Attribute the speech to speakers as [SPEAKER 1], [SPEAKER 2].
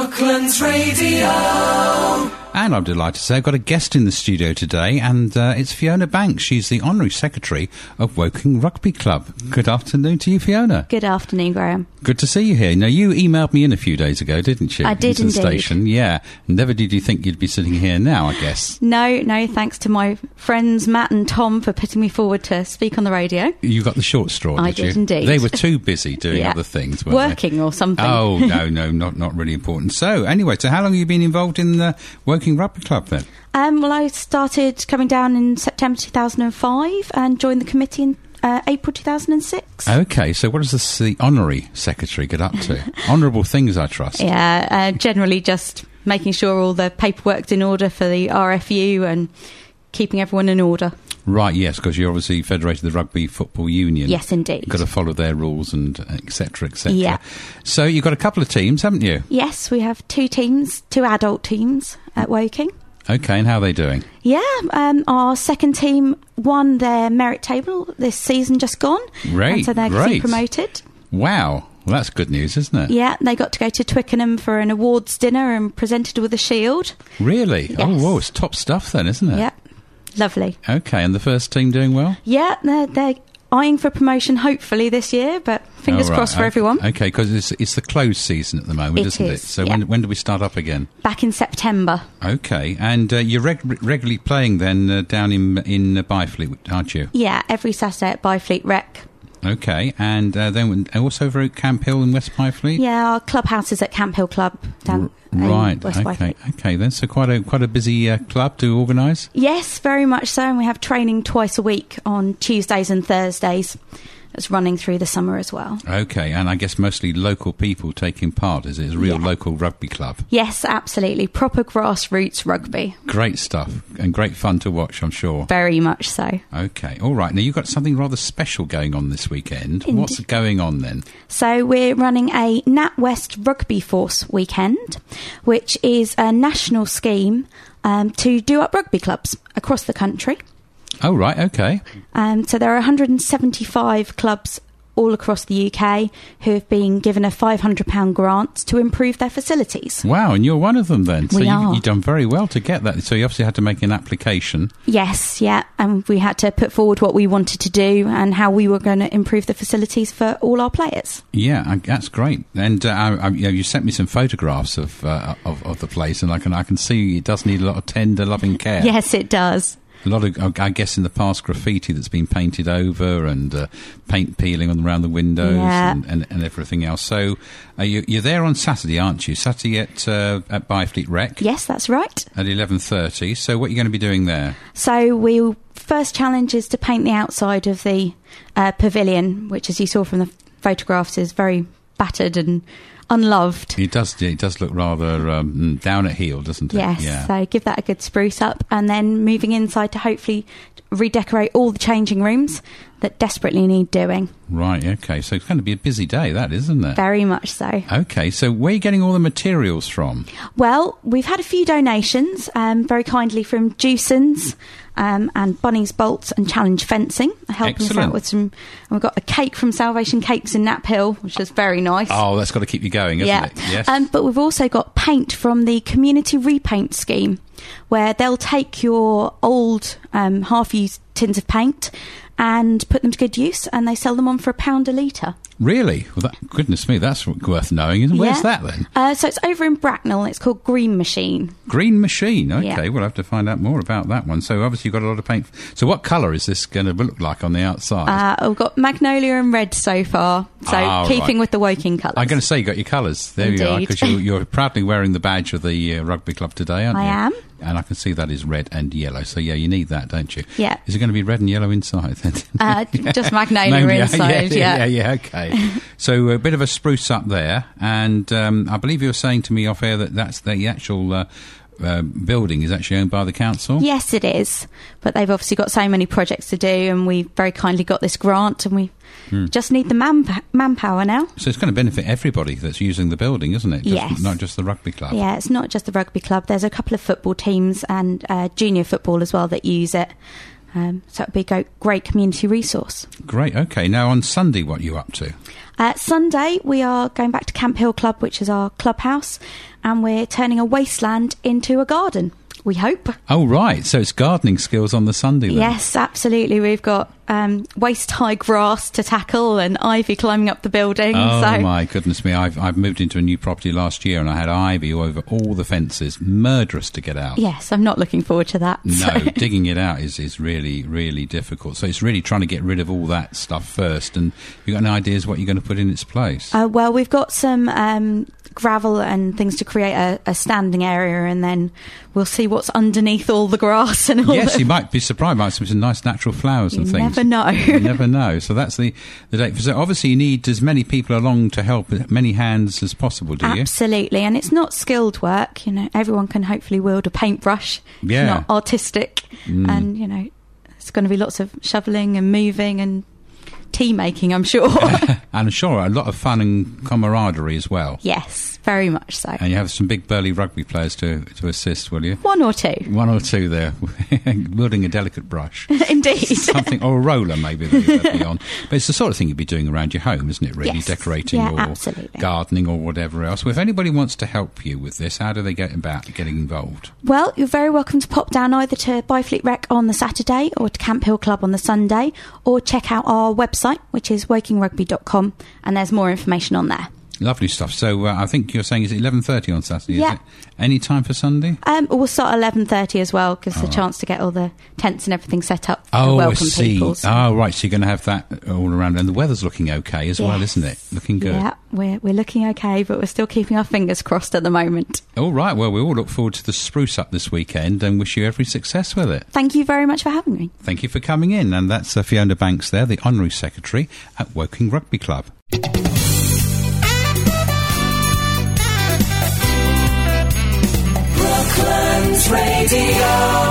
[SPEAKER 1] Brooklyn's Radio.
[SPEAKER 2] And I'm delighted to say I've got a guest in the studio today, and uh, it's Fiona Banks. She's the Honorary Secretary of Woking Rugby Club. Good afternoon to you, Fiona.
[SPEAKER 3] Good afternoon, Graham.
[SPEAKER 2] Good to see you here. Now, you emailed me in a few days ago, didn't you?
[SPEAKER 3] I did
[SPEAKER 2] Into the
[SPEAKER 3] indeed.
[SPEAKER 2] station, yeah. Never did you think you'd be sitting here now, I guess.
[SPEAKER 3] No, no, thanks to my friends Matt and Tom for putting me forward to speak on the radio.
[SPEAKER 2] You got the short straw,
[SPEAKER 3] I
[SPEAKER 2] did you?
[SPEAKER 3] did indeed.
[SPEAKER 2] They were too busy doing
[SPEAKER 3] Yeah.
[SPEAKER 2] other things, weren't they?
[SPEAKER 3] Working or something.
[SPEAKER 2] Oh no, no, not not really important. So anyway, so how long have you been involved in the Woking Rugby Club then?
[SPEAKER 3] Um, well, I started coming down in September 2005 and joined the committee in uh, April 2006.
[SPEAKER 2] Okay, so what does this, the honorary secretary get up to? Honourable things, I trust.
[SPEAKER 3] Yeah, uh, generally just making sure all the paperwork's in order for the RFU and keeping everyone in order.
[SPEAKER 2] Right, yes, because you're obviously federated the Rugby Football Union.
[SPEAKER 3] Yes, indeed.
[SPEAKER 2] You've got to follow their rules and etc. etc.
[SPEAKER 3] Yeah.
[SPEAKER 2] So you've got a couple of teams, haven't you?
[SPEAKER 3] Yes, we have two teams, two adult teams at Woking.
[SPEAKER 2] Okay, and how are they doing?
[SPEAKER 3] Yeah, um, our second team won their merit table this season just gone.
[SPEAKER 2] Great,
[SPEAKER 3] And so they're
[SPEAKER 2] great.
[SPEAKER 3] getting promoted.
[SPEAKER 2] Wow, well that's good news, isn't it?
[SPEAKER 3] Yeah, they got to go to Twickenham for an awards dinner and presented with a shield.
[SPEAKER 2] Really? Oh,
[SPEAKER 3] Yes.
[SPEAKER 2] whoa, it's top stuff then, isn't it?
[SPEAKER 3] Yeah, lovely.
[SPEAKER 2] Okay, and the first team doing well?
[SPEAKER 3] Yeah, they're, they're eyeing for promotion hopefully this year, but fingers
[SPEAKER 2] Oh, right,
[SPEAKER 3] crossed for
[SPEAKER 2] okay,
[SPEAKER 3] everyone.
[SPEAKER 2] Okay, because it's, it's the closed season at the moment,
[SPEAKER 3] It
[SPEAKER 2] isn't it?
[SPEAKER 3] is,
[SPEAKER 2] So
[SPEAKER 3] yeah.
[SPEAKER 2] when, when do we start up again?
[SPEAKER 3] Back in September.
[SPEAKER 2] Okay, and uh, you're reg- regularly playing then uh, down in in uh, Byfleet, aren't you?
[SPEAKER 3] Yeah, every Saturday at Byfleet Rec.
[SPEAKER 2] Okay, and uh, then also over at Camp Hill in West Byfleet.
[SPEAKER 3] Yeah, our clubhouse is at Camp Hill Club down in
[SPEAKER 2] Right.
[SPEAKER 3] um, West
[SPEAKER 2] Okay.
[SPEAKER 3] Byfleet.
[SPEAKER 2] Okay. Then, so quite a quite a busy uh, club to organise.
[SPEAKER 3] Yes, very much so. And we have training twice a week on Tuesdays and Thursdays. It's running through the summer as well.
[SPEAKER 2] Okay, and I guess mostly local people taking part. Is it? It's a real
[SPEAKER 3] Yeah.
[SPEAKER 2] local rugby club?
[SPEAKER 3] Yes, absolutely. Proper grassroots rugby.
[SPEAKER 2] Great stuff and great fun to watch. I'm sure.
[SPEAKER 3] Very much so.
[SPEAKER 2] Okay. All right. Now you've got something rather special going on this weekend.
[SPEAKER 3] Indeed.
[SPEAKER 2] What's going on then?
[SPEAKER 3] So we're running a NatWest Rugby Force weekend, which is a national scheme um, to do up rugby clubs across the country.
[SPEAKER 2] Oh right. Okay.
[SPEAKER 3] Um, so there are 175 clubs all across the UK who have been given a £500 grant to improve their facilities.
[SPEAKER 2] Wow. And you're one of them then. So
[SPEAKER 3] We
[SPEAKER 2] you,
[SPEAKER 3] are.
[SPEAKER 2] you've done very well to get that. So you obviously had to make an application.
[SPEAKER 3] Yes, yeah, and we had to put forward what we wanted to do and how we were going to improve the facilities for all our players.
[SPEAKER 2] Yeah, I, that's great. And uh, I, I, you, know, you sent me some photographs of, uh, of of the place, and I can I can see it does need a lot of tender, loving care.
[SPEAKER 3] Yes, it does.
[SPEAKER 2] a lot of I guess in the past graffiti that's been painted over and uh, paint peeling on around the windows
[SPEAKER 3] Yeah.
[SPEAKER 2] and, and, and everything else. So uh, you, you're there on Saturday, aren't you? Saturday at uh, at Byfleet Rec
[SPEAKER 3] Yes, that's right.
[SPEAKER 2] at eleven thirty. So what are you going to be doing there?
[SPEAKER 3] So we first challenge is to paint the outside of the uh, pavilion, which, as you saw from the photographs, is very battered and unloved.
[SPEAKER 2] It does it does look rather um, down at heel, doesn't it?
[SPEAKER 3] Yes,
[SPEAKER 2] Yeah.
[SPEAKER 3] so give that a good spruce up, and then moving inside to hopefully redecorate all the changing rooms that desperately need doing.
[SPEAKER 2] Right. Okay. So it's going to be a busy day, that isn't it?
[SPEAKER 3] Very much so.
[SPEAKER 2] Okay, so where are you getting all the materials from?
[SPEAKER 3] Well, we've had a few donations, um, very kindly from Juicens um, and Bunny's Bolts and Challenge Fencing, are helping us
[SPEAKER 2] Excellent.
[SPEAKER 3] out with some. And we've got a cake from Salvation Cakes in Knapp Hill, which is very nice.
[SPEAKER 2] Oh, that's got to keep you going, isn't
[SPEAKER 3] yeah.
[SPEAKER 2] it? Yes.
[SPEAKER 3] Um, but we've also got paint from the Community Repaint Scheme, where they'll take your old um, half-used tins of paint and put them to good use, and they sell them on for a pound a litre.
[SPEAKER 2] really? Well, that, goodness me, that's worth knowing, isn't it? Where's
[SPEAKER 3] Yeah.
[SPEAKER 2] that then?
[SPEAKER 3] Uh, so it's over in Bracknell. and It's called Green Machine.
[SPEAKER 2] Green Machine. Okay,
[SPEAKER 3] Yeah.
[SPEAKER 2] we'll have to find out more about that one. So obviously you've got a lot of paint. So what colour is this going to look like on the outside?
[SPEAKER 3] Uh, we've got magnolia and red so far, so
[SPEAKER 2] Ah,
[SPEAKER 3] keeping
[SPEAKER 2] right.
[SPEAKER 3] with the Woking colours.
[SPEAKER 2] I'm going to say you got your colours. There you are,
[SPEAKER 3] Indeed.
[SPEAKER 2] because you're, you're proudly wearing the badge of the uh, rugby club today, aren't
[SPEAKER 3] I
[SPEAKER 2] you?
[SPEAKER 3] am.
[SPEAKER 2] And I can see that is red and yellow. So yeah, you need that, don't you?
[SPEAKER 3] Yeah.
[SPEAKER 2] Is it going to be red and yellow inside then?
[SPEAKER 3] Uh, just magnolia inside,
[SPEAKER 2] yeah,
[SPEAKER 3] yeah.
[SPEAKER 2] yeah, okay. so a bit of a spruce up there, and um, I believe you were saying to me off air that that's the actual uh, uh, building is actually owned by the council.
[SPEAKER 3] Yes, it is. But they've obviously got so many projects to do, and we very kindly got this grant, and we
[SPEAKER 2] Hmm.
[SPEAKER 3] just need the man- manpower now.
[SPEAKER 2] So it's going to benefit everybody that's using the building, isn't it? Just,
[SPEAKER 3] Yes.
[SPEAKER 2] Not just the rugby club.
[SPEAKER 3] Yeah, it's not just the rugby club. There's a couple of football teams and uh, junior football as well that use it. Um, so it would be a go- great community resource.
[SPEAKER 2] Great. Okay. Now on Sunday, what are you up to?
[SPEAKER 3] Uh, Sunday, we are going back to Camp Hill Club, which is our clubhouse, and we're turning a wasteland into a garden. We hope.
[SPEAKER 2] Oh, right. So it's gardening skills on the Sunday. Then.
[SPEAKER 3] Yes, absolutely. We've got um, waist high grass to tackle and ivy climbing up the building.
[SPEAKER 2] Oh
[SPEAKER 3] so
[SPEAKER 2] my goodness me! I've I've moved into a new property last year, and I had ivy over all the fences. Murderous to get out.
[SPEAKER 3] yes, I'm not looking forward to that.
[SPEAKER 2] No,
[SPEAKER 3] so-
[SPEAKER 2] digging it out is, is really, really difficult. So it's really trying to get rid of all that stuff first. And you got any ideas what you're going to put in its place?
[SPEAKER 3] Uh, well, we've got some um, gravel and things to create a, a standing area, and then we'll see what's underneath all the grass and all.
[SPEAKER 2] yes,
[SPEAKER 3] the,
[SPEAKER 2] you might be surprised. Might see some nice natural flowers and
[SPEAKER 3] You
[SPEAKER 2] things.
[SPEAKER 3] never know.
[SPEAKER 2] you never know. So that's the, the date. So obviously you need as many people along to help, as many hands as possible, do you?
[SPEAKER 3] Absolutely, and it's not skilled work. You know, everyone can hopefully wield a paintbrush.
[SPEAKER 2] Yeah. Mm.
[SPEAKER 3] It's not artistic, and you know, it's going to be lots of shoveling and moving and tea making. I'm sure.
[SPEAKER 2] And sure, a lot of fun and camaraderie as well.
[SPEAKER 3] yes, very much so.
[SPEAKER 2] And you have some big burly rugby players to, to assist, will you?
[SPEAKER 3] One or two,
[SPEAKER 2] One or two there, wielding a delicate brush.
[SPEAKER 3] indeed.
[SPEAKER 2] something or a roller maybe that you'd be on. But it's the sort of thing you'd be doing around your home, isn't it? Really,
[SPEAKER 3] Yes.
[SPEAKER 2] decorating
[SPEAKER 3] Yeah,
[SPEAKER 2] or
[SPEAKER 3] absolutely.
[SPEAKER 2] gardening or whatever else. Well, if anybody wants to help you with this, how do they get about getting involved?
[SPEAKER 3] Well, you're very welcome to pop down either to Byfleet Rec on the Saturday or to Camp Hill Club on the Sunday or check out our website, which is wokingrugby.com, and there's more information on there.
[SPEAKER 2] Lovely stuff. So uh, I think you're saying is it 11:30 on Saturday?
[SPEAKER 3] Yeah.
[SPEAKER 2] Is it? Any time for Sunday?
[SPEAKER 3] Um, we'll start at 11.30 as well, gives us a chance to get all the tents and everything set up for
[SPEAKER 2] Ah. Oh, I
[SPEAKER 3] welcome
[SPEAKER 2] see.
[SPEAKER 3] people. so-
[SPEAKER 2] Oh, right. So you're going to have that all around, and the weather's looking okay as well,
[SPEAKER 3] Yes.
[SPEAKER 2] isn't it? Looking good.
[SPEAKER 3] Yeah, we're, we're looking okay, but we're still keeping our fingers crossed at the moment.
[SPEAKER 2] All right. Well, we all look forward to the spruce up this weekend, and wish you every success with it.
[SPEAKER 3] Thank you very much for having me.
[SPEAKER 2] Thank you for coming in, and that's uh, Fiona Banks there, the honorary secretary at Woking Rugby Club.
[SPEAKER 1] Brooklyn's Radio.